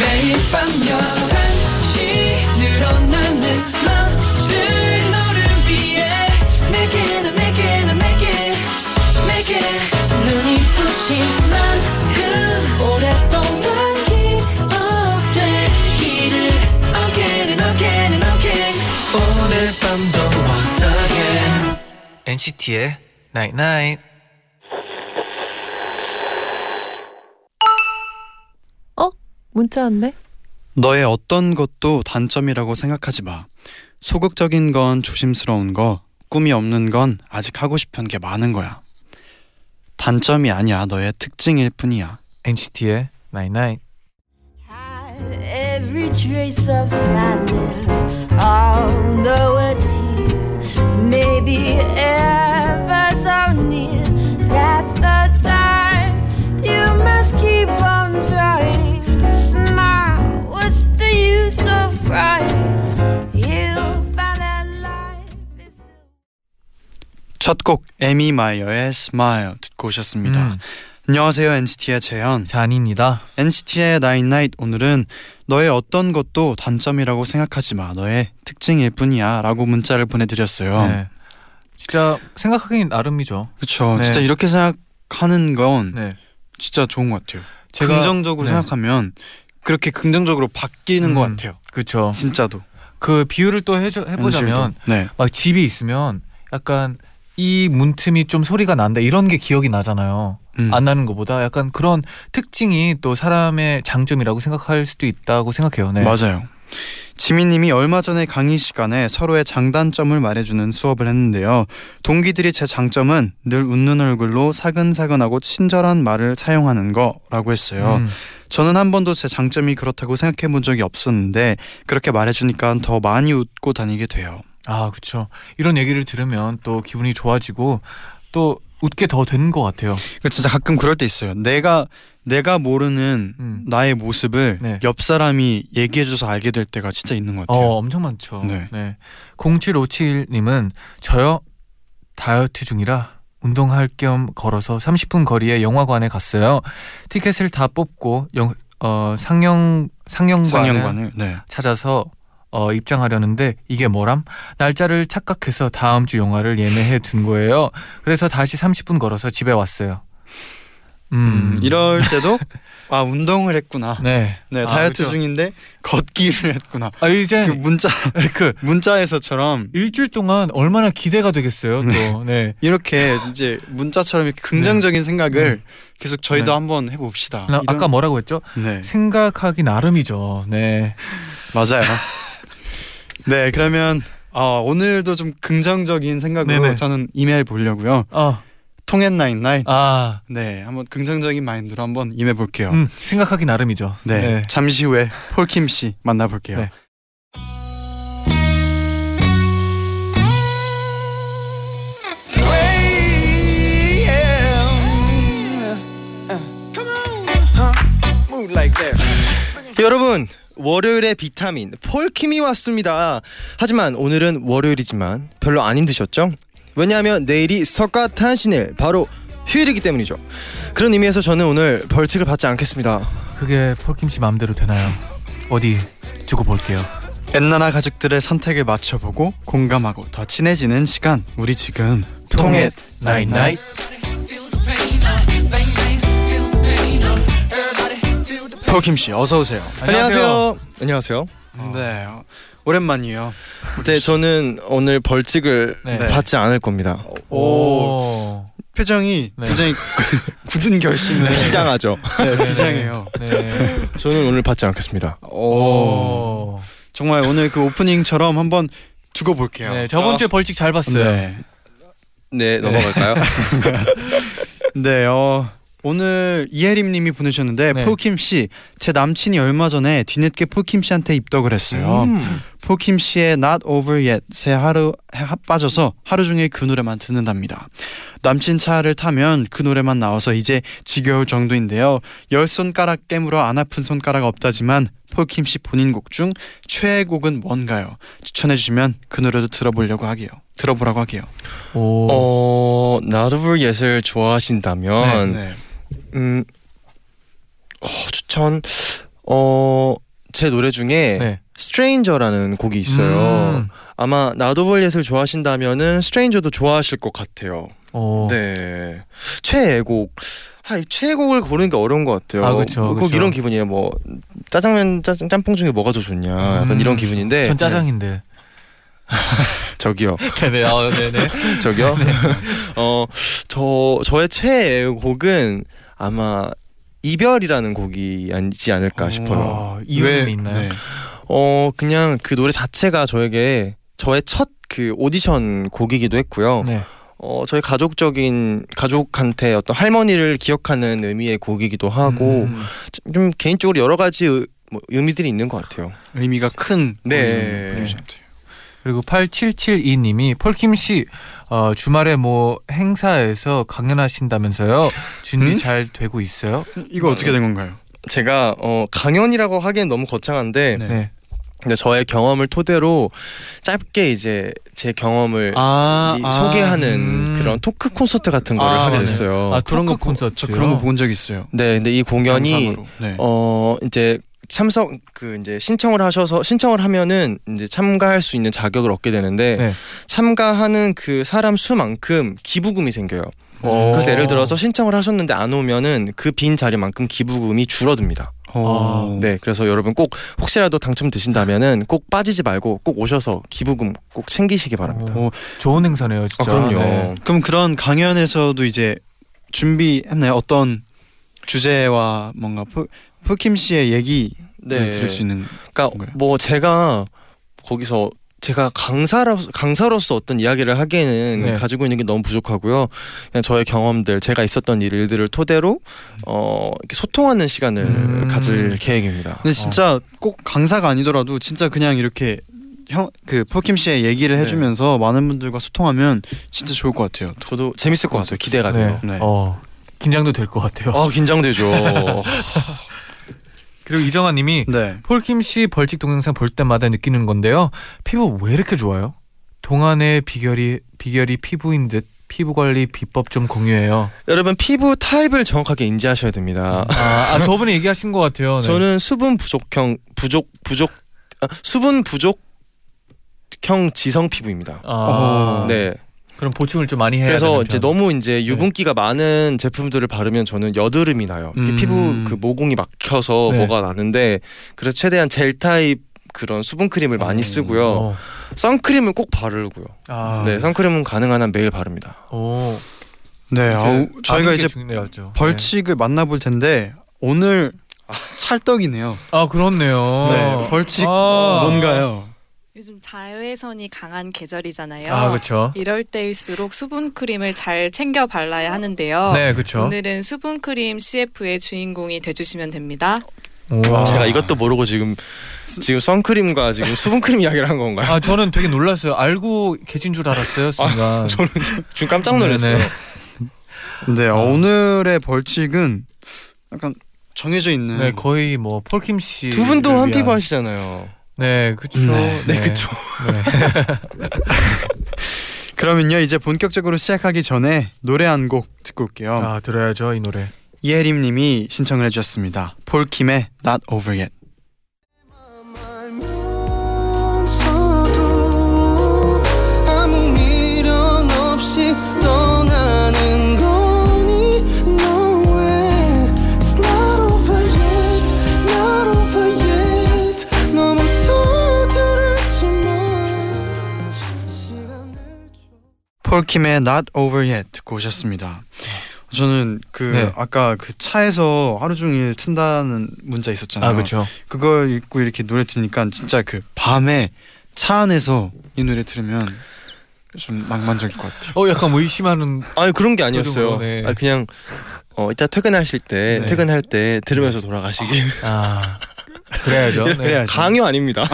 매일 밤 11시 늘어나는 맘들 너를 위해 내게 난 내게 난 내게 내게 눈이 부신 만큼 오랫동안 기억되기를 Again and again and again 오늘 밤도 once again NCT의 Night Night. 어? 문자 왔네? 너의 어떤 것도 단점이라고 생각하지 마. 소극적인 건 조심스러운 거, 꿈이 없는 건 아직 하고 싶은 게 많은 거야. 단점이 아니야. 너의 특징일 뿐이야. NCT의 Night Night. Hide every trace of sadness, although a tear may be ever so near. That's the time you must keep on trying. Smile, what's the use of crying? You'll find that life is still. 첫 곡 에미 마이어의 Smile 듣고 오셨습니다. 음, 안녕하세요. NCT의 재현. 잔입니다. NCT의 Nine Night 오늘은 너의 어떤 것도 단점이라고 생각하지 마. 너의 특징일 뿐이야라고 문자를 보내 드렸어요. 네. 진짜 생각하기 나름이죠. 그렇죠. 네. 진짜 이렇게 생각하는 건 네. 진짜 좋은 것 같아요. 제가 음. 긍정적으로 네. 생각하면 그렇게 긍정적으로 바뀌는 음. 것 같아요. 그렇죠. 진짜도 그 비유를 또 해줘, 해보자면 현실도. 네 막 집이 있으면 약간 이 문틈이 좀 소리가 난다 이런 게 기억이 나잖아요. 음. 안 나는 것보다 약간 그런 특징이 또 사람의 장점이라고 생각할 수도 있다고 생각해요. 네. 맞아요. 지민님이 얼마 전에 강의 시간에 서로의 장단점을 말해주는 수업을 했는데요. 동기들이 제 장점은 늘 웃는 얼굴로 사근사근하고 친절한 말을 사용하는 거라고 했어요. 음, 저는 한 번도 제 장점이 그렇다고 생각해 본 적이 없었는데 그렇게 말해주니까 더 많이 웃고 다니게 돼요. 아 그렇죠. 이런 얘기를 들으면 또 기분이 좋아지고 또 웃게 더 되는 것 같아요. 그 진짜 가끔 그럴 때 있어요. 내가 내가 모르는 음. 나의 모습을 네. 옆 사람이 얘기해줘서 알게 될 때가 진짜 있는 것 같아요. 어, 엄청 많죠. 네. 네. 0757님은 저요 다이어트 중이라 운동할 겸 걸어서 30분 거리에 영화관에 갔어요. 티켓을 다 뽑고 영, 어, 상영 상영관을 상영관을 네. 찾아서 어, 입장하려는데 이게 뭐람? 날짜를 착각해서 다음 주 영화를 예매해 둔 거예요. 그래서 다시 30분 걸어서 집에 왔어요. 음, 음, 이럴 때도 아 운동을 했구나. 네, 네. 아, 다이어트 그렇죠. 중인데 걷기를 했구나. 아 이제 그 문자 그 문자에서처럼 일주일 동안 얼마나 기대가 되겠어요. 또 네. 이렇게 이제 문자처럼 이렇게 긍정적인 생각을 계속 저희도 네. 한번 해봅시다. 나 아까 뭐라고 했죠? 네 생각하기 나름이죠. 네. 맞아요. 네 그러면 어, 오늘도 좀 긍정적인 생각으로 네네. 저는 이메일 보려고요. 어. 통했나인 나이. 아. 네, 한번 긍정적인 마인드로 한번 임해볼게요. 음, 생각하기 나름이죠. 아. 네, 잠시 후에 폴킴 씨 만나볼게요. 네. 여러분 월요일의 비타민 폴킴이 왔습니다 하지만 오늘은 월요일이지만 별로 안 힘드셨죠? 왜냐하면 내일이 석가탄신일 바로 휴일이기 때문이죠 그런 의미에서 저는 오늘 벌칙을 받지 않겠습니다 그게 폴킴 씨 마음대로 되나요? 어디 두고 볼게요. 엔나나 가족들의 선택에 맞춰보고 공감하고 더 친해지는 시간. 우리 지금 통해 나잇 나잇. 폴킴 씨 어서 오세요. 어, 안녕하세요 안녕하세요 네, 어, 오랜만이에요. 네 저는 오늘 벌칙을 네. 받지 않을 겁니다 오. 표정이 네. 굉장히 굳은 결심을 네. 비장하죠 네, 비장해요. 네. 저는 오늘 받지 않겠습니다 오. 정말 오늘 그 오프닝처럼 한번 두고 볼게요. 네, 저번 주에 벌칙 잘 봤어요. 네. 네 넘어갈까요? 네, 어, 오늘 이혜림 님이 보내셨는데 네. 폴킴 씨, 제 남친이 얼마 전에 뒤늦게 폴킴 씨한테 입덕을 했어요. 음. 폴킴 씨의 Not Over Yet 새 하루 하- 빠져서 하루 종일 그 노래만 듣는답니다. 남친 차를 타면 그 노래만 나와서 이제 지겨울 정도인데요. 열 손가락 깨물어 안 아픈 손가락 없다지만 폴킴 씨 본인 곡 중 최애 곡은 뭔가요? 추천해 주시면 그 노래도 들어보려고 하게요. 들어보라고 하게요. 오. 어 나르블 예슬 네. 네. 좋아하신다면 음, 어, 추천 어, 제 노래 중에 네. 스트레인저라는 곡이 있어요. 음. 아마 나도 볼렛을 좋아하신다면은 스트레인저도 좋아하실 것 같아요. 어. 네. 최애곡. 아, 이 최애곡을 고르는 게 어려운 것 같아요. 아, 그쵸, 뭐꼭 그쵸. 이런 기분이에요. 뭐 짜장면 짜장 짬뽕 중에 뭐가 더 좋냐. 약간 음. 이런 기분인데. 전 짜장인데. 네, 저기요. 네네. 어, 네네. 저기요. 어 저 저의 최애곡은 아마 이별이라는 곡이 아니지 않을까 싶어요. 어, 이유는 왜- 있나요? 네. 어 그냥 그 노래 자체가 저에게 저의 첫 그 오디션 곡이기도 했고요. 네. 어 저희 가족적인 가족한테 어떤 할머니를 기억하는 의미의 곡이기도 하고 음. 좀 개인적으로 여러 가지 의- 뭐 의미들이 있는 것 같아요. 의미가 큰 네. 곡인 것 같아요. 그리고 8772님이 폴킴 씨 어, 주말에 뭐 행사에서 강연하신다면서요. 준비 음? 잘 되고 있어요? 이거 어떻게 된 건가요? 제가 어 강연이라고 하기엔 너무 거창한데 네. 근데 저의 경험을 토대로 짧게 이제 제 경험을 아, 이- 아, 소개하는 음. 그런 토크 콘서트 같은 거를 아, 하게 맞아요. 됐어요. 아 그런 거 토크 콘서트. 저 그런 거 본 적 있어요. 네, 근데 이 공연이 영상으로. 네. 어 이제 참석 그 이제 신청을 하셔서 신청을 하면은 이제 참가할 수 있는 자격을 얻게 되는데 네. 참가하는 그 사람 수만큼 기부금이 생겨요. 어. 그래서 예를 들어서 신청을 하셨는데 안 오면은 그 빈 자리만큼 기부금이 줄어듭니다. 어. 네, 그래서 여러분 꼭 혹시라도 당첨되신다면은 꼭 빠지지 말고 꼭 오셔서 기부금 꼭 챙기시기 바랍니다. 어, 좋은 행사네요, 진짜. 아, 그럼요. 네. 그럼 그런 강연에서도 이제 준비했나요? 어떤 주제와 뭔가 포, 포킴 씨의 얘기를 네, 들을 수 있는 그러니까 네. 뭔가요? 뭐 제가 거기서 제가 강사로 강사로서 어떤 이야기를 하기에는 네. 가지고 있는 게 너무 부족하고요. 그냥 저의 경험들, 제가 있었던 일들을 토대로 어 이렇게 소통하는 시간을 음. 가질 계획입니다. 근데 진짜 꼭 강사가 아니더라도 진짜 그냥 이렇게 형 그 포킴 씨의 얘기를 네. 해주면서 많은 분들과 소통하면 진짜 좋을 것 같아요. 저도 재밌을 것 같아요. 기대가 네. 돼요. 네. 어, 긴장도 될 것 같아요. 아 긴장되죠. 그리고 이정아 님이 네. 폴킴 씨 벌칙 동영상 볼 때마다 느끼는 건데요. 피부 왜 이렇게 좋아요? 동안의 비결이 비결이 피부인 듯 피부 관리 비법 좀 공유해요. 여러분 피부 타입을 정확하게 인지하셔야 됩니다. 아, 아 저번에 얘기하신 것 같아요. 네. 저는 수분 부족형 부족 부족 아, 수분 부족형 지성 피부입니다. 아, 네. 그럼 보충을 좀 많이 해야 그래서 되는 이제 편. 네. 너무 이제 유분기가 많은 제품들을 바르면 저는 여드름이 나요. 이렇게 음. 피부 그 모공이 막혀서 네. 뭐가 나는데 그래서 최대한 젤 타입 그런 수분 크림을 많이 쓰고요. 어. 선크림은 꼭 바르고요. 아, 네, 선크림은 가능한 한 매일 바릅니다. 오, 네. 아우, 저희가 이제 중요하죠. 네. 벌칙을 만나볼 텐데 오늘 찰떡이네요. 네. 아 그렇네요. 네. 벌칙 아. 뭔가요? 요즘 자외선이 강한 계절이잖아요. 아 그렇죠. 이럴 때일수록 수분 크림을 잘 챙겨 발라야 아, 하는데요. 네 그렇죠. 오늘은 수분 크림 CF의 주인공이 돼주시면 됩니다. 아. 와. 제가 이것도 모르고 지금 지금 선크림과 지금 수분 크림 이야기를 한 건가요? 아 저는 되게 놀랐어요. 알고 계신 줄 아, 알았어요 순간. 저는 지금 깜짝 놀랐어요. 아, 네네. 네. 아. 오늘의 벌칙은 약간 정해져 있는 네 거의 뭐 폴킴 씨. 두 분도 한 피부 하시잖아요. 네 그렇죠. 네. 네, 그쵸. 그러면요 이제 본격적으로 시작하기 전에 노래 한 곡 듣고 올게요. 아 들어야죠 이 노래. 이혜림님이 신청을 해주셨습니다. 폴킴의 Not Over Yet. 알면서도 아무 미련 없이 떠나는 거니 No way It's not over yet Not over yet 너무 서두르지만 시간을 줘 폴킴의 Not Over Yet 듣고 오셨습니다. 저는 그 네. 아까 그 차에서 하루 종일 튼다는 문자 있었잖아요. 아 그렇죠. 그걸 읽고 이렇게 노래 들으니까 진짜 그 밤에 차 안에서 이 노래 들으면 좀 낭만적일 것 같아요. 어 약간 의심하는. 아니 그런 게 아니었어요. 그죠, 네. 아, 그냥 어, 이따 퇴근하실 때 네. 퇴근할 때 들으면서 돌아가시길 아 그래야죠. 네. 그래야죠. 강요 아닙니다.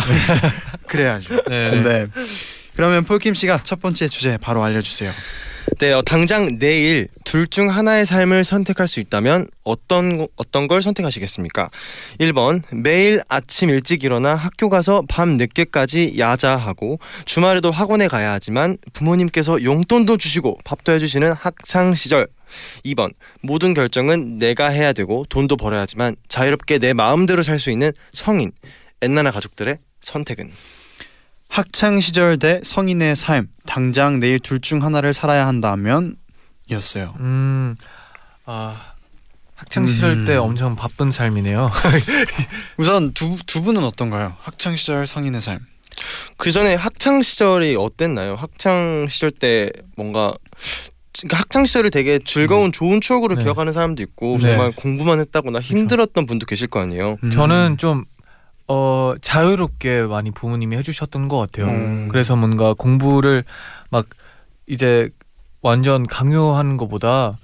그래야죠. 네. 네. 그러면 폴킴 씨가 첫 번째 주제 바로 알려주세요. 네, 어, 당장 내일 둘 중 하나의 삶을 선택할 수 있다면 어떤 거- 어떤 걸 선택하시겠습니까? 1번 매일 아침 일찍 일어나 학교 가서 밤 늦게까지 야자하고 주말에도 학원에 가야 하지만 부모님께서 용돈도 주시고 밥도 해주시는 학창 시절. 2번 모든 결정은 내가 해야 되고 돈도 벌어야 하지만 자유롭게 내 마음대로 살 수 있는 성인 엔나나 가족들의 선택은 학창 시절 대 성인의 삶 당장 내일 둘 중 하나를 살아야 한다면이었어요. 음, 아 학창 시절 때 음. 엄청 바쁜 삶이네요. 우선 두, 두 분은 어떤가요? 학창 시절 성인의 삶. 그 전에 학창 시절이 어땠나요? 학창 시절 때 뭔가 그러니까 학창 시절을 되게 즐거운 좋은 추억으로 네. 기억하는 사람도 있고 네. 그렇죠. 정말 공부만 했다거나 힘들었던 분도 계실 거 아니에요. 음. 저는 좀 어, 자유롭게 많이 부모님이 해주셨던 것 같아요. 음. 그래서 뭔가 공부를 막 이제 완전 강요하는 것보다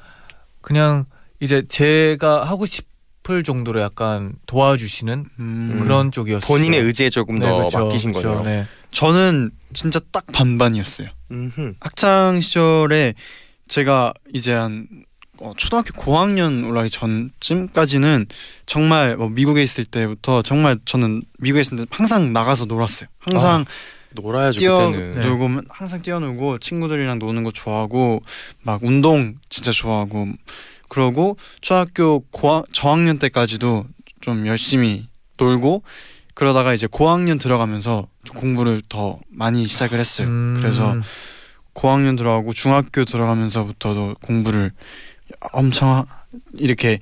그냥 이제 제가 하고 싶을 정도로 약간 도와주시는 음, 그런 쪽이었어요. 본인의 의지에 조금 그렇죠. 네, 더 그쵸, 맡기신 그쵸, 거죠. 네. 저는 진짜 딱 반반이었어요. 음흠. 학창 시절에 제가 이제 한 어, 초등학교 고학년 올라기 전쯤까지는 정말 뭐 미국에 있을 때부터 정말 저는 미국에 있을 때 항상 나가서 놀았어요. 항상 놀아야죠 그때는. 네. 네. 뛰어놀고 항상 뛰어놀고 친구들이랑 노는 거 좋아하고 막 운동 진짜 좋아하고 그러고 초등학교 고학 저학년 때까지도 좀 열심히 놀고 그러다가 이제 고학년 들어가면서 좀 공부를 더 많이 시작을 했어요. 음, 그래서 고학년 들어가고 중학교 들어가면서부터도 공부를 엄청 하- 이렇게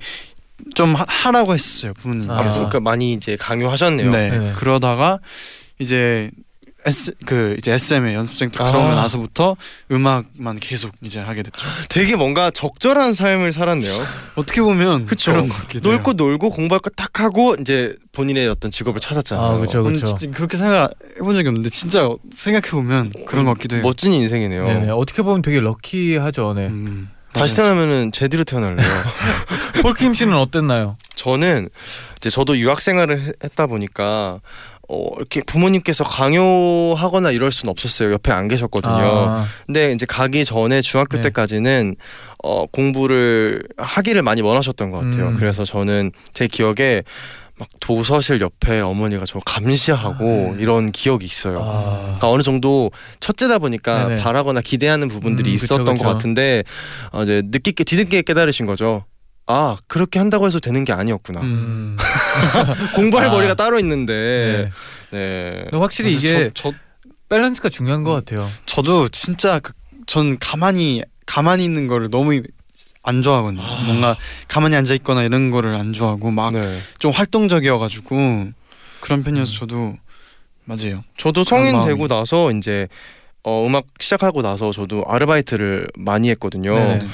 좀 하, 하라고 했어요 아, 아. 부모님께서. 그러니까 많이 이제 강요하셨네요. 네. 네네. 그러다가 이제 S 그 이제 SM에 연습생 딱 아. 들어오고 나서부터 음악만 계속 이제 하게 됐죠. 되게 뭔가 적절한 삶을 살았네요. 어떻게 보면 그쵸. 런것 네. 같기도 해요. 놀고 놀고 공부할 거 딱 하고 이제 본인의 어떤 직업을 찾았잖아요. 아 그렇죠 저는 그렇죠. 진짜 그렇게 생각해본 적이 없는데 진짜 생각해 보면 그런 것 같기도 해요. 멋진 인생이네요. 네네. 어떻게 보면 되게 럭키하죠. 네. 음, 다시 맞아요. 태어나면은 제대로 태어날래요. 폴킴 씨는 어땠나요? 저는 이제 저도 유학 생활을 해- 했다 보니까 어, 이렇게 부모님께서 강요하거나 이럴 순 없었어요. 옆에 안 계셨거든요. 아, 근데 이제 가기 전에 중학교 네. 때까지는 어, 공부를 하기를 많이 원하셨던 것 같아요. 음. 그래서 저는 제 기억에 막 도서실 옆에 어머니가 저 감시하고 네. 이런 기억이 있어요. 아. 그러니까 어느 정도 첫째다 보니까 네네. 바라거나 기대하는 부분들이 음, 그쵸, 있었던 그쵸. 것 같은데 어, 이제 늦게 뒤늦게 깨달으신 거죠. 아 그렇게 한다고 해서 되는 게 아니었구나. 음. 공부할 아. 머리가 따로 네. 있는데. 네. 근데 확실히 이게 저, 저 밸런스가 중요한 것 같아요. 저도 진짜 그, 전 가만히 가만히 있는 거를 너무 안 좋아하거든요. 뭔가 가만히 앉아 있거나 이런 거를 안 좋아하고 막 좀 네. 활동적이어가지고 그런 편이어서 저도 맞아요. 저도 그런 성인 마음이. 되고 나서 이제 어, 음악 시작하고 나서 저도 아르바이트를 많이 했거든요. 네네.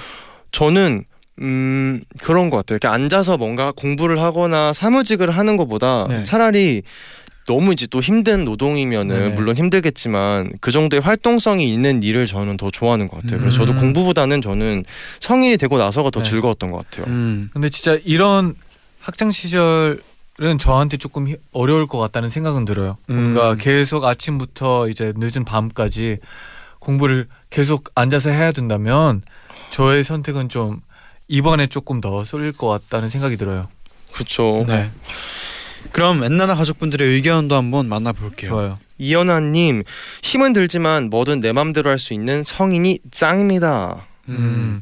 저는 음 그런 것 같아요. 이렇게 앉아서 뭔가 공부를 하거나 사무직을 하는 것보다 네. 차라리 너무 이제 또 힘든 노동이면은 네네. 물론 힘들겠지만 그 정도의 활동성이 있는 일을 저는 더 좋아하는 것 같아요. 그래서 저도 음. 공부보다는 저는 성인이 되고 나서가 더 네. 즐거웠던 것 같아요. 음. 근데 진짜 이런 학창 시절은 저한테 조금 히- 어려울 것 같다는 생각은 들어요. 뭔가 음. 계속 아침부터 이제 늦은 밤까지 공부를 계속 앉아서 해야 된다면 저의 선택은 좀 이번에 조금 더 쏠릴 것 같다는 생각이 들어요. 그렇죠. 네. 그럼 엔나나 가족분들의 의견도 한번 만나볼게요. 좋아요. 이연아님 힘은 들지만 뭐든 내 맘대로 할 수 있는 성인이 짱입니다. 음.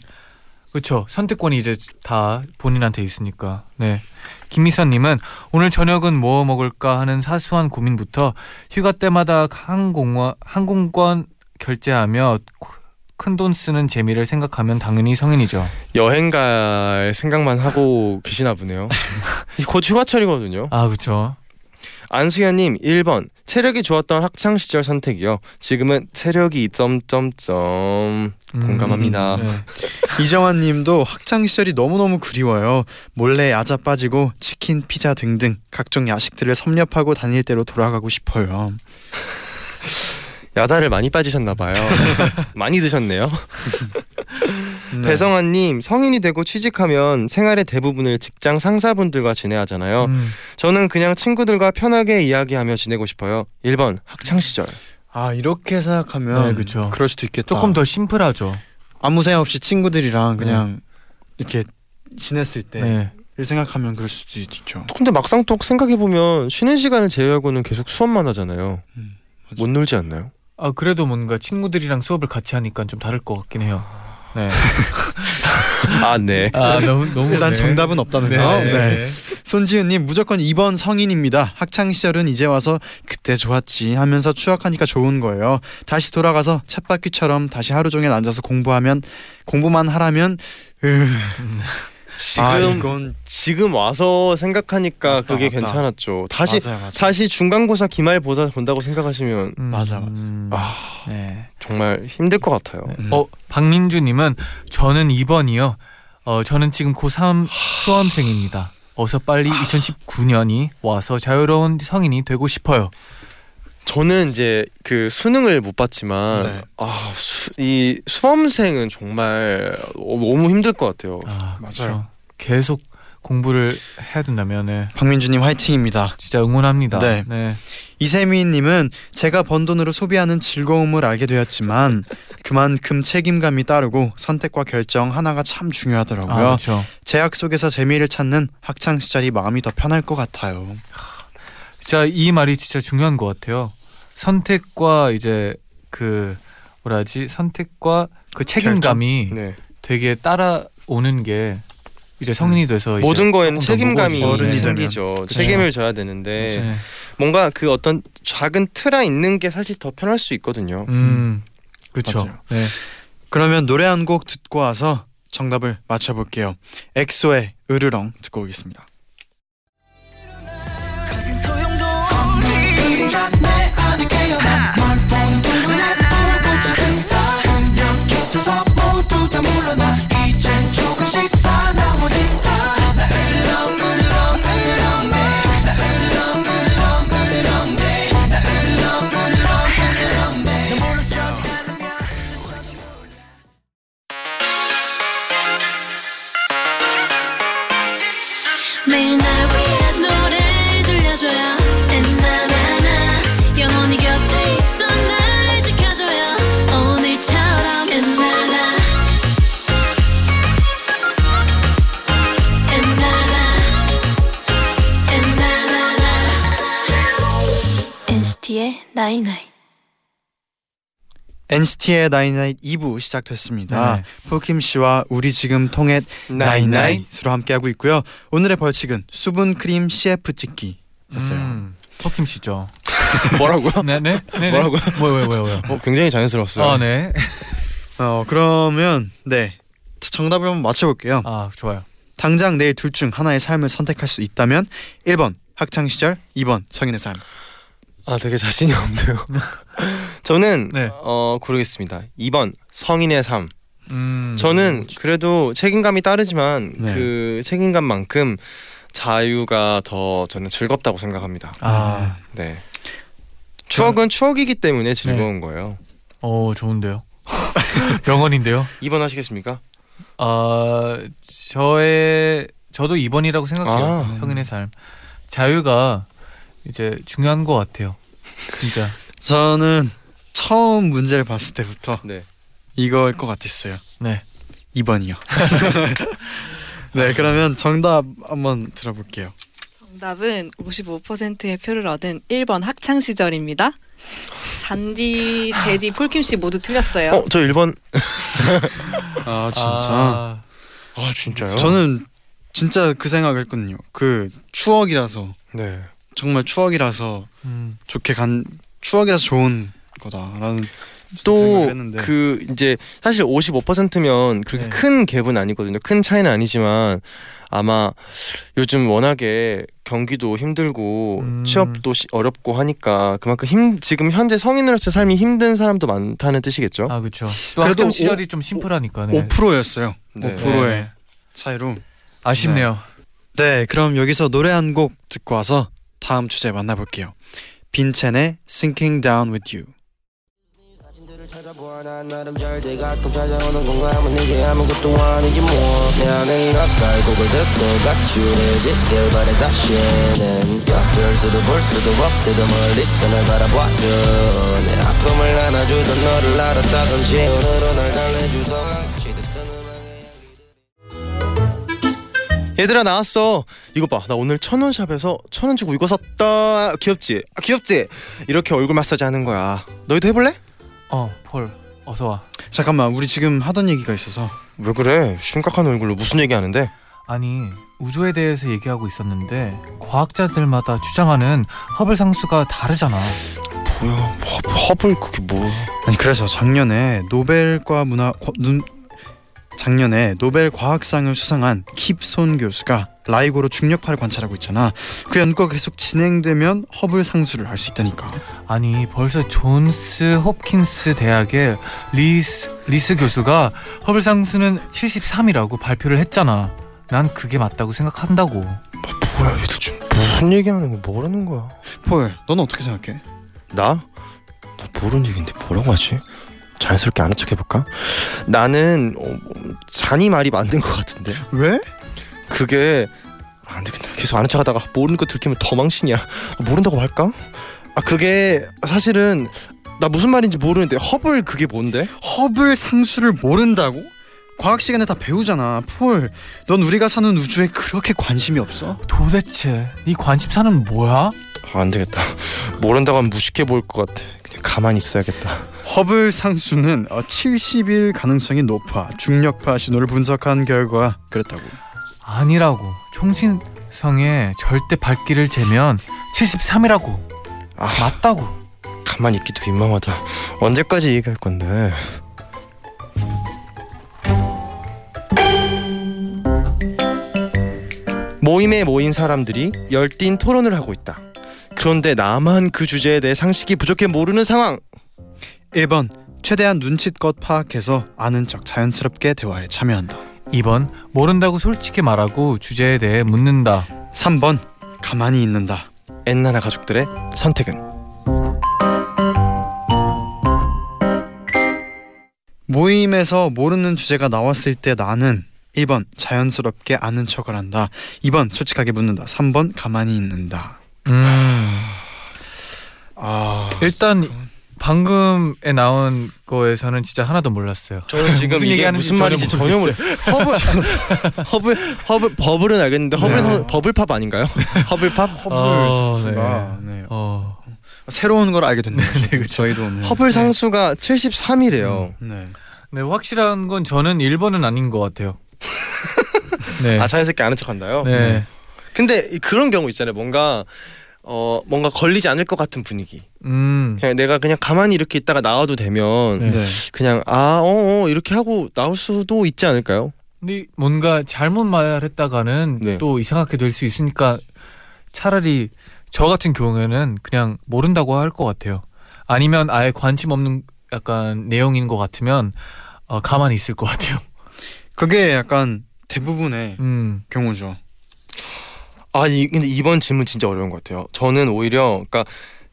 그렇죠. 선택권이 이제 다 본인한테 있으니까. 네. 김미선님은 오늘 저녁은 뭐 먹을까 하는 사소한 고민부터 휴가 때마다 항공권, 항공권 결제하며 큰 돈 쓰는 재미를 생각하면 당연히 성인이죠. 여행 갈 생각만 하고 계시나 보네요. 곧 휴가철이거든요. 아 그렇죠. 안수현님 1번 체력이 좋았던 학창 시절 선택이요. 지금은 체력이 점점점 음, 공감합니다. 네. 이정환님도 학창 시절이 너무 너무 그리워요. 몰래 야자 빠지고 치킨, 피자 등등 각종 야식들을 섭렵하고 다닐 때로 돌아가고 싶어요. 야자를 많이 빠지셨나 봐요. 많이 드셨네요. 네. 배성환님 성인이 되고 취직하면 생활의 대부분을 직장 상사분들과 지내하잖아요. 음. 저는 그냥 친구들과 편하게 이야기하며 지내고 싶어요. 1번 학창 시절. 아 이렇게 생각하면 네, 그쵸. 그럴 수도 있겠다. 조금 더 심플하죠. 아무 생각 없이 친구들이랑 그냥 이렇게 지냈을 때를 네. 생각하면 그럴 수도 있죠. 근데 막상 또 생각해 보면 쉬는 시간을 제외하고는 계속 수업만 하잖아요. 음, 맞아. 못 놀지 않나요? 아 그래도 뭔가 친구들이랑 수업을 같이 하니까 좀 다를 것 같긴 해요. 네. 아 네. 아 너무 너무 일단 네. 정답은 없다는 네. 거. 네. 네. 손지은님 무조건 2번 성인입니다. 학창 시절은 이제 와서 그때 좋았지 하면서 추억하니까 좋은 거예요. 다시 돌아가서 쳇바퀴처럼 다시 하루 종일 앉아서 공부하면 공부만 하라면 으, 지금 아, 이건 지금 와서 생각하니까 아, 맞다, 그게 맞다. 괜찮았죠. 다시 맞아요, 맞아요. 다시 중간고사 기말고사 본다고 생각하시면 음, 맞아, 맞아. 음, 아 네. 정말 힘들 것 같아요. 음. 어 박민주님은 저는 2번이요. 어 저는 지금 고3 수험생입니다. 어서 빨리 2019년이 와서 자유로운 성인이 되고 싶어요. 저는 이제 그 수능을 못 봤지만 네. 아, 수, 이 수험생은 정말 어, 너무 힘들 것 같아요. 아, 맞아요. 그쵸. 계속 공부를 해야 된다면 네. 박민주님 화이팅입니다. 진짜 응원합니다. 네. 네. 이세미님은 제가 번 돈으로 소비하는 즐거움을 알게 되었지만 그만큼 책임감이 따르고 선택과 결정 하나가 참 아, 중요하더라고요. 그렇죠. 제약 속에서 재미를 찾는 학창 시절이 마음이 더 편할 것 같아요. 진짜 이 말이 진짜 중요한 것 같아요. 선택과 이제 그 뭐라지 선택과 그 책임감이 네. 되게 따라오는 게 이제 성인이 돼서 이제 모든 조금 거에는 더 책임감이 무거워지죠. 어른이 되면. 생기죠. 책임을 져야 되는데 네. 뭔가 그 어떤 작은 틀에 있는 게 사실 더 편할 수 있거든요. 음, 그렇죠. 맞아요. 네. 그러면 노래 한 곡 듣고 와서 정답을 맞춰볼게요. 엑소의 으르렁 듣고 오겠습니다. 거센 소용도 없니 그림자 내 안에 깨어나 널 본다고 난 알아보지 된다 그냥 곁에서 모두 다 물러나 이젠 조금씩 사나워진다 나 으르렁 으르렁 으르렁 내나 으르렁 으르렁 으르렁 내나 으르렁 으르렁 으르렁 내널 몰랐어 매일 날 위해 노래를 들려줘요 엔나나나 영원히 곁에 있어 날 지켜줘요 오늘처럼 엔나나 엔나나 엔나나나 NCT의 나이나이 NCT의 나인나잇 2부 시작됐습니다. 네. 폴킴 씨와 우리 지금 통해 나인나잇으로 함께하고 있고요. 오늘의 벌칙은 수분 크림 CF 찍기였어요. 음, 터킴 씨죠. 뭐라고요? 네, 네, 네, 네. 뭐라고요? 뭐요, 뭐요, 뭐요. 어, 굉장히 자연스러웠어요. 아, 네. 어 그러면 네 정답을 한번 맞춰볼게요. 아, 좋아요. 당장 내일 둘 중 하나의 삶을 선택할 수 있다면 1번 학창 시절, 2번 성인의 삶. 아 되게 자신이 없네요. 저는 네. 어 고르겠습니다. 2번 성인의 삶. 음, 저는 그래도 책임감이 따르지만 네. 그 책임감만큼 자유가 더 저는 즐겁다고 생각합니다. 아, 네. 추억은 추억이기 때문에 즐거운 거예요. 어, 좋은데요. 명언인데요. 2번 하시겠습니까? 아, 저의 저도 2번이라고 생각해요. 아. 성인의 삶. 자유가 이제 중요한 것 같아요. 진짜. 저는 처음 문제를 봤을 때부터 네. 이거일 것 같았어요. 네. 2번이요. 네, 그러면 정답 한번 들어볼게요. 정답은 55%의 표를 얻은 1번 학창 시절입니다. 잔디, 제디, 폴킴 씨 모두 틀렸어요. 어, 저 1번. 아, 아, 아, 진짜요? 저는 진짜 그 생각을 했거든요. 그 추억이라서 네. 정말 추억이라서 음, 좋게 간 추억이라서 좋은 거다라는 생각을 또 했는데. 그 이제 사실 55%면 그렇게 네. 큰 갭은 아니거든요. 큰 차이는 아니지만 아마 요즘 워낙에 경기도 힘들고 음. 취업도 시- 어렵고 하니까 그만큼 힘 지금 현재 성인으로서 삶이 힘든 사람도 많다는 뜻이겠죠. 아, 그렇죠. 또 그래도 학창 오- 시절이 좀 심플하니까. 네. 5%였어요. 네. 5%의 차이로. 아쉽네요. 네, 그럼 여기서 노래 한 곡 듣고 와서 다음 주제 만나볼게요. 빈첸의 Sinking Down with You. 사진들을 찾아보아 난 나름 잘 돼. 가끔 찾아오는 공감은 이게 아무것도 아니지 뭐 미안한 것날 곡을 듣고 가출해질 길 바래 다시는 곁을 수도 볼 수도 없대도 멀리서 날 바라봐줘 내 아픔을 안아주던 너를 알았다던지 오늘은 날 달래주던 얘들아 나왔어 이거 봐나 오늘 천원 샵에서 천 원 주고 이거 샀다 귀엽지 아, 귀엽지 이렇게 얼굴 마사지 하는 거야 너희도 해볼래 어폴 어서 와 잠깐만 우리 지금 하던 얘기가 있어서 왜 그래 심각한 얼굴로 무슨 얘기하는데 아니 우주에 대해서 얘기하고 있었는데 과학자들마다 주장하는 허블 상수가 다르잖아 뭐야 허, 을 그게 뭐 아니 그래서 작년에 노벨과 문화 과- 눈 작년에 노벨 과학상을 수상한 킵손 교수가 라이고로 중력파를 관찰하고 있잖아. 그 연구가 계속 진행되면 허블 상수를 알 수 있다니까. 아니 벌써 존스 홉킨스 대학의 리스, 리스 교수가 허블 상수는 73이라고 발표를 했잖아 난 그게 맞다고 생각한다고 뭐야 얘들 지금 무슨 얘기하는 거 뭐라는 거야 폴, 너는 어떻게 생각해? 나? 나 모르는 얘기인데 뭐라고 하지? 자연스럽게 아는 척 해볼까? 나는 어, 뭐, 잔이 말이 맞는 것 같은데 왜? 그게 안 되겠다 계속 아는 척하다가 모르는 거 들키면 더 망신이야 모른다고 할까? 아 그게 사실은 나 무슨 말인지 모르는데 허블 그게 뭔데? 허블 상수를 모른다고? 과학 시간에 다 배우잖아. 폴, 넌 우리가 사는 우주에 그렇게 관심이 없어? 도대체 이 관심사는 뭐야? 아, 안 되겠다 모른다고 하면 무식해 보일 것 같아 그냥 가만히 있어야겠다 허블 상수는 70일 가능성이 높아 중력파 신호를 분석한 결과 그랬다고. 아니라고 총신성에 절대 발길을 재면 73이라고 아 맞다고 가만히 있기도 민망하다 언제까지 얘기할 건데 모임에 모인 사람들이 열띤 토론을 하고 있다 그런데 나만 그 주제에 대해 상식이 부족해 모르는 상황 1번 최대한 눈치껏 파악해서 아는 척 자연스럽게 대화에 참여한다. 2번 모른다고 솔직히 말하고 주제에 대해 묻는다 3번 가만히 있는다. 엔나나 가족들의 선택은 모임에서 모르는 주제가 나왔을 때 나는 1번 자연스럽게 아는 척을 한다. 2번 솔직하게 묻는다. 3번 가만히 있는다. 음 아 일단 방금에 나온 거에서는 진짜 하나도 몰랐어요. 저는 지금 무슨 이게 얘기하는지 무슨 말인지 전혀 전혀 모르 허블 허블 허블 버블은 알겠는데 허블 선- 버블팝 아닌가요? 허블팝 허블 네. 어, 상수가 네. 어. 새로운 걸 알게 됐네요. 저희도 오늘 허블 상수가 73이래요. 네. 네 확실한 건 저는 1번은 아닌 것 같아요. 네. 아 자연스럽게 아는 척한다요. 네. 근데 이- 그런 경우 있잖아요. 뭔가 어 뭔가 걸리지 않을 것 같은 분위기. 음. 그냥 내가 그냥 가만히 이렇게 있다가 나와도 되면 네. 네. 그냥 아어 어, 이렇게 하고 나올 수도 있지 않을까요? 근데 뭔가 잘못 말했다가는 네. 또 이상하게 될 수 있으니까 차라리 저 같은 경우에는 그냥 모른다고 할 것 같아요. 아니면 아예 관심 없는 약간 내용인 것 같으면 어, 가만히 있을 것 같아요. 그게 약간 대부분의 음. 경우죠. 아 이, 근데 이번 질문 진짜 어려운 것 같아요. 저는 오히려 그러니까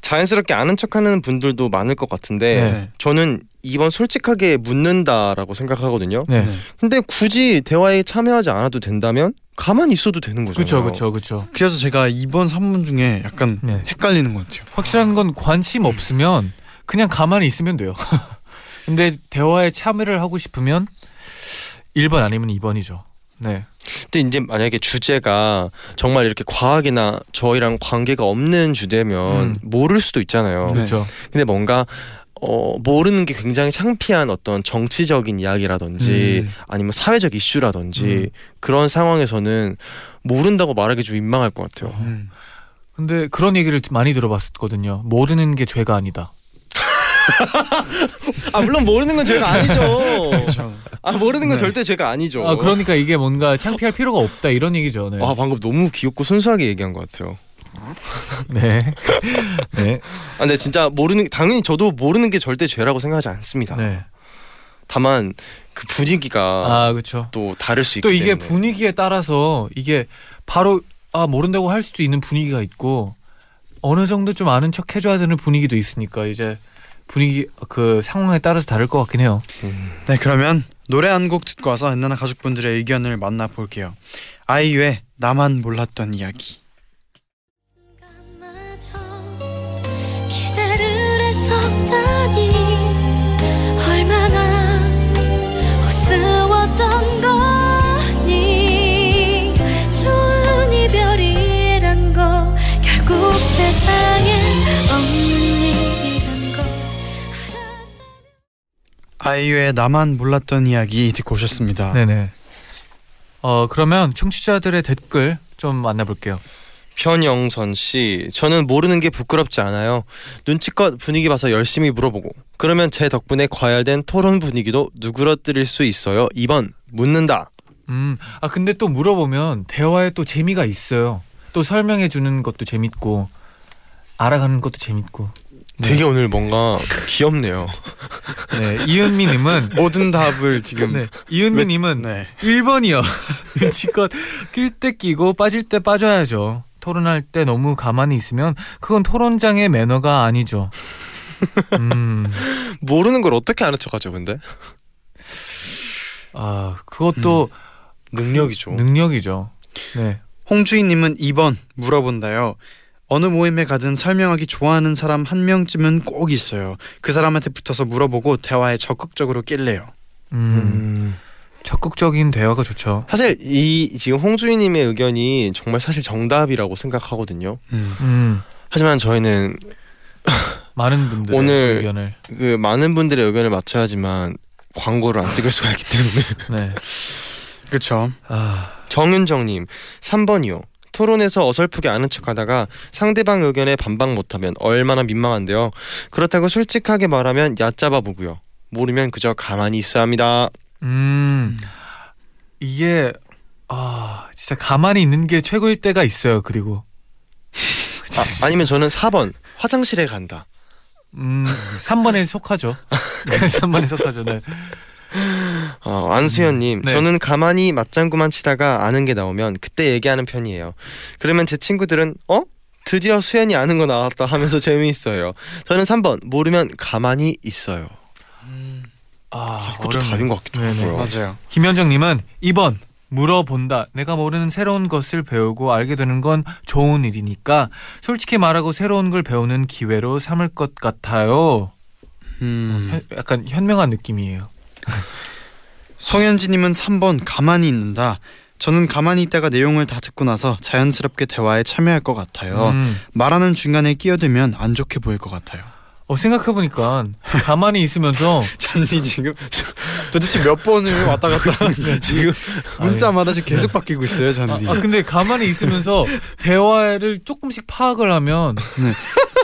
자연스럽게 아는 척하는 분들도 많을 것 같은데 네. 저는 이번 솔직하게 묻는다라고 생각하거든요. 네. 네. 근데 굳이 대화에 참여하지 않아도 된다면 가만히 있어도 되는 거잖아요. 그렇죠, 그렇죠, 그렇죠. 그래서 제가 2번 3번 중에 약간 네. 헷갈리는 것 같아요. 확실한 건 관심 없으면 그냥 가만히 있으면 돼요. 근데 대화에 참여를 하고 싶으면 1번 아니면 2번이죠. 네. 근데 이제 만약에 주제가 정말 이렇게 과학이나 저희랑 관계가 없는 주제면 음. 모를 수도 있잖아요. 네. 그렇죠. 근데 뭔가 어, 모르는 게 굉장히 창피한 어떤 정치적인 이야기라든지 음. 아니면 사회적 이슈라든지 음. 그런 상황에서는 모른다고 말하기 좀 민망할 것 어. 같아요. 음. 근데 그런 얘기를 많이 들어봤거든요. 모르는 게 죄가 아니다. 아 물론 모르는 건 죄가 아니죠. 그렇죠. 아 모르는 건 네. 절대 죄가 아니죠. 아, 그러니까 이게 뭔가 창피할 필요가 없다 이런 얘기죠. 네. 아 방금 너무 귀엽고 순수하게 얘기한 것 같아요. 네. 네. 아, 근데 진짜 모르는 당연히 저도 모르는 게 절대 죄라고 생각하지 않습니다. 네. 다만 그 분위기가 아, 그렇죠. 또 다를 수 있기 또 이게 때문에. 분위기에 따라서 이게 바로 아, 모른다고 할 수도 있는 분위기가 있고 어느 정도 좀 아는 척 해줘야 되는 분위기도 있으니까 이제 분위기 그 상황에 따라서 다를 것 같긴 해요. 네 그러면 노래 한 곡 듣고 와서 옛날 가족분들의 의견을 만나볼게요. 아이유의 나만 몰랐던 이야기. 마저 기대를 했었다니 얼마나 우스웠던 거니 저 아이유의 나만 몰랐던 이야기 아. 듣고 오셨습니다. 네네. 어 그러면 청취자들의 댓글 좀 만나볼게요. 변영선 씨, 저는 모르는 게 부끄럽지 않아요. 눈치껏 분위기 봐서 열심히 물어보고 그러면 제 덕분에 과열된 토론 분위기도 누그러뜨릴 수 있어요. 2번 묻는다. 음, 아 근데 또 물어보면 대화에 또 재미가 있어요. 또 설명해 주는 것도 재밌고 알아가는 것도 재밌고. 네. 되게 오늘 뭔가 귀엽네요. 네, 이은미님은 모든 답을 지금 네, 이은미님은 네. 1번이요. 눈치껏 낄 때 끼고 빠질 때 빠져야죠. 토론할 때 너무 가만히 있으면 그건 토론장의 매너가 아니죠. 음, 모르는 걸 어떻게 아는 척하죠, 근데? 아 그것도 능력이죠. 능력이죠. 네, 홍주희님은 2번 물어본다요. 어느 모임에 가든 설명하기 좋아하는 사람 한 명쯤은 꼭 있어요. 그 사람한테 붙어서 물어보고 대화에 적극적으로 낄래요. 음, 적극적인 대화가 좋죠. 사실 이 지금 홍주희님의 의견이 정말 사실 정답이라고 생각하거든요. 음, 하지만 저희는 많은 분들의 오늘- 의견을 그 많은 분들의 의견을 맞춰야지만 광고를 안 찍을 수가 있기 때문에 네. 그렇죠. 아, 정윤정님 3번이요. 토론에서 어설프게 아는 척하다가 상대방 의견에 반박 못하면 얼마나 민망한데요. 그렇다고 솔직하게 말하면 얕잡아 보고요. 모르면 그저 가만히 있어야 합니다. 음, 이게 아 진짜 가만히 있는 게 최고일 때가 있어요. 그리고 아, 아니면 저는 4번 화장실에 간다. 음, 3번에 속하죠. 3번에 속하죠. 네. 어, 안수현님, 음, 네. 저는 가만히 맞장구만 치다가 아는 게 나오면 그때 얘기하는 편이에요. 그러면 제 친구들은 어? 드디어 수현이 아는 거 나왔다 하면서 재미있어요. 저는 3번 모르면 가만히 있어요. 아, 그것도 답인 것 같기도 네네. 하고요. 맞아요. 김현정님은 2번 물어본다. 내가 모르는 새로운 것을 배우고 알게 되는 건 좋은 일이니까 솔직히 말하고 새로운 걸 배우는 기회로 삼을 것 같아요. 음. 현- 약간 현명한 느낌이에요. 송현지님은 3번 가만히 있는다. 저는 가만히 있다가 내용을 다 듣고 나서 자연스럽게 대화에 참여할 것 같아요. 음. 말하는 중간에 끼어들면 안 좋게 보일 것 같아요. 어, 생각해보니까 가만히 있으면서 잔디 지금 도대체 몇 번을 왔다 갔다 하는지 그러니까 지금 네. 문자마다 지금 계속 바뀌고 있어요, 잔디. 아 근데 가만히 있으면서 대화를 조금씩 파악을 하면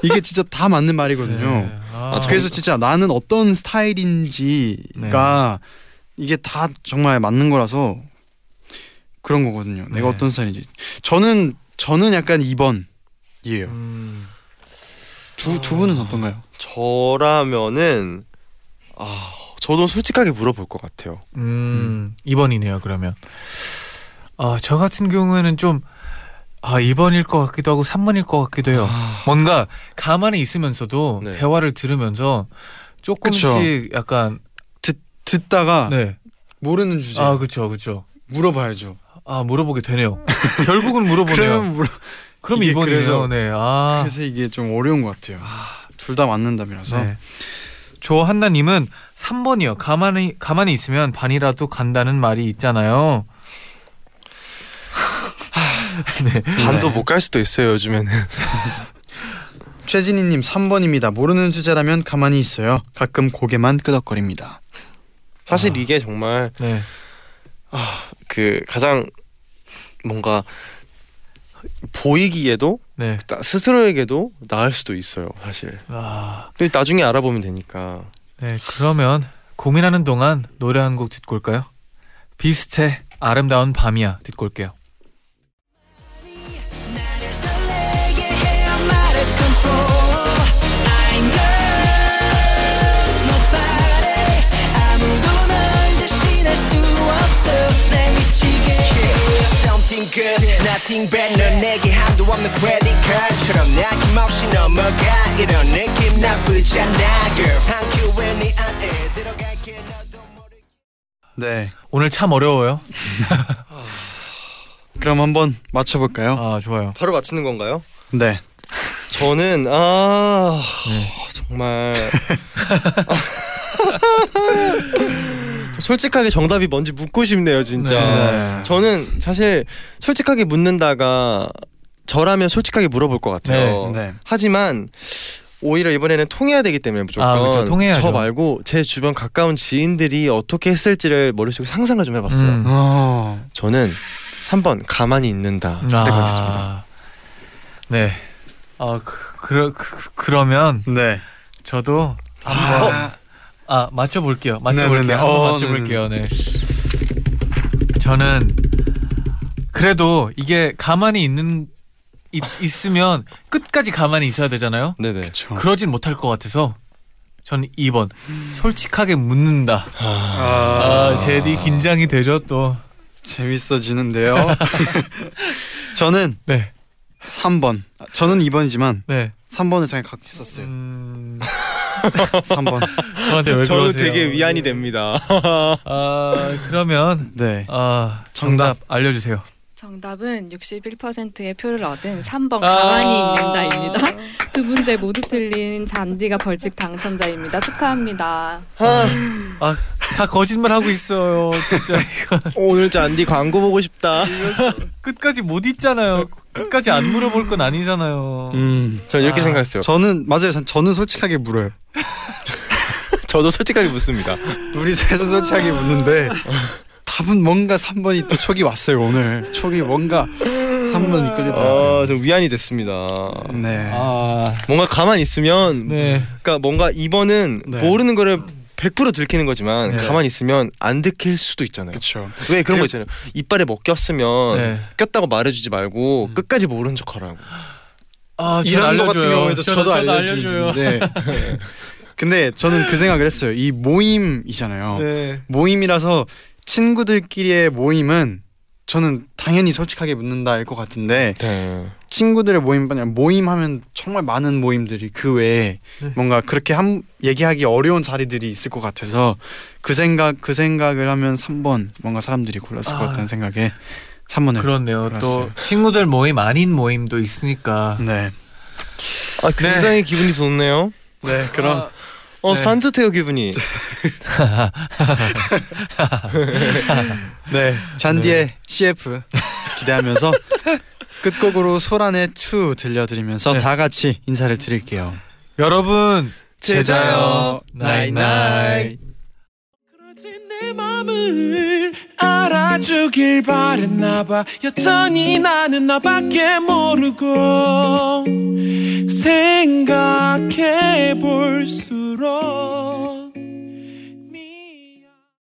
이게 진짜 다 맞는 말이거든요. 네. 아, 그래서 진짜 나는 어떤 네. 스타일인지가 이게 다 정말 맞는 거라서 그런 거거든요. 네. 내가 어떤 스타일인지. 저는 저는 약간 2번이에요. 음, 두, 두 분은 아. 어떤가요? 저라면은 아 저도 솔직하게 물어볼 것 같아요. 음, 2번이네요 그러면 아, 저 같은 경우에는 좀 아, 2번일 것 같기도 하고 3번일 것 같기도 해요 뭔가 가만히 있으면서도 네. 대화를 들으면서 조금씩 약간 듣다가 네. 모르는 주제 아 그쵸 그쵸 물어봐야죠. 아 물어보게 되네요 결국은 물어보네요 그러면 물어. 그럼 이게 2번이네요 그래서- 네. 아. 그래서 이게 좀 어려운 것 같아요. 둘 다 맞는 답이라서. 네. 조한나님은 3번이요. 가만히 가만히 있으면 반이라도 간다는 말이 있잖아요. 네. 반도 못 갈 수도 있어요 요즘에는. 최진희님 3번입니다. 모르는 주제라면 가만히 있어요. 가끔 고개만 끄덕거립니다. 아. 사실 이게 정말 네. 그 가장 뭔가 보이기에도 네. 나- 스스로에게도 나을 수도 있어요 사실. 아, 그리고 나중에 알아보면 되니까. 네. 그러면 고민하는 동안 노래 한 곡 듣고 올까요? 비스트 아름다운 밤이야 듣고 올게요. Something good, nothing bad 넌 내게 한도 없는 credit card처럼 나김없이 넘어가 이런 느낌 나쁘지 않아 girl 한 큐에 네 안에 들어갈게 너도 모르게 네. 오늘 참 어려워요. 그럼 한번 맞춰볼까요? 아, 좋아요. 바로 맞히는 건가요? 네. 저는 아 네. 정말 솔직하게 정답이 뭔지 묻고 싶네요 진짜. 네. 저는 사실 네. 솔직하게 묻는다가 저라면 솔직하게 물어볼 것 같아요. 네. 하지만 오히려 이번에는 통해야 되기 때문에 무조건 아, 그쵸. 통해야죠. 저 말고 제 주변 가까운 지인들이 어떻게 했을지를 머릿속에 상상을 좀 해봤어요. 음. 어. 저는 3번 가만히 있는다 선택하겠습니다. 아, 네. 어, 그, 그, 그, 그러면 네. 저도 한번 아, 맞춰볼게요. 맞춰볼게요. 네네네. 한번 어, 맞춰볼게요. 네. 저는 그래도 이게 가만히 있는 있, 있으면 끝까지 가만히 있어야 되잖아요. 네네. 그쵸. 어. 그러진 못할 것 같아서 저는 2번 솔직하게 묻는다. 아, 제디 긴장이 되죠 또. 재밌어지는데요. 저는 네, 3번. 아, 저는 2번이지만 네. 3번을 생각했었어요. 음, 3번. 저한테 네, 왜 저도 그러세요? 되게 위안이 됩니다. 아 그러면 네. 아 정답, 정답. 알려주세요. 정답은 61%의 표를 얻은 3번 아. 가만히 있는다입니다. 두 문제 모두 틀린 잔디가 벌칙 당첨자입니다. 축하합니다. 아, 다 거짓말 하고 있어요. 진짜 이거 오늘 잔디 광고 보고 싶다. 끝까지 못 있잖아요. 끝까지 안 물어볼 건 아니잖아요. 음. 저는 이렇게 아, 생각했어요. 저는 맞아요. 전- 저는 솔직하게 물어요. 저도 솔직하게 묻습니다. 우리 셋은 솔직하게 묻는데 답은 뭔가 3번이 또 촉이 왔어요 오늘 촉이 뭔가 3번이 끌리더라고요 아, 음. 저 위안이 됐습니다. 네 아, 뭔가 가만히 있으면 네. 그러니까 뭔가 2번은 네. 모르는 거를 100% 들키는 거지만 네. 가만히 있으면 안 들킬 수도 있잖아요. 그쵸 왜 그런 거 있잖아요. 이빨에 뭐 꼈으면 네. 꼈다고 말해주지 말고 끝까지 모른 척하라고. 아, 전 이런 거 같은 알려줘요. 경우에도 저도, 알려주는데 네. 근데 저는 그 생각을 했어요 이 모임이잖아요 네. 모임이라서 친구들끼리의 모임은 저는 당연히 솔직하게 묻는다일 것 같은데 네. 친구들의 모임뿐 아니라 모임하면 정말 많은 모임들이 그 외에 네. 뭔가 그렇게 한 얘기하기 어려운 자리들이 있을 것 같아서 그 생각 그 생각을 하면 3번 뭔가 사람들이 골랐을 아. 것 같다는 생각에 3번을 그렇네요. 알았어요. 또 친구들 모임 아닌 모임도 있으니까. 네. 아 굉장히 기분이 좋네요. 네, 그럼 어 네. 산뜻해요 기분이. 네. 잔디의 CF 기대하면서 끝곡으로 소란의 2 들려드리면서 네. 다 같이 인사를 드릴게요. 여러분 제자요 나잇나잇. 내 마음을 알아주길 바랬나봐 여전히 나는 나밖에 모르고 생각해 볼수록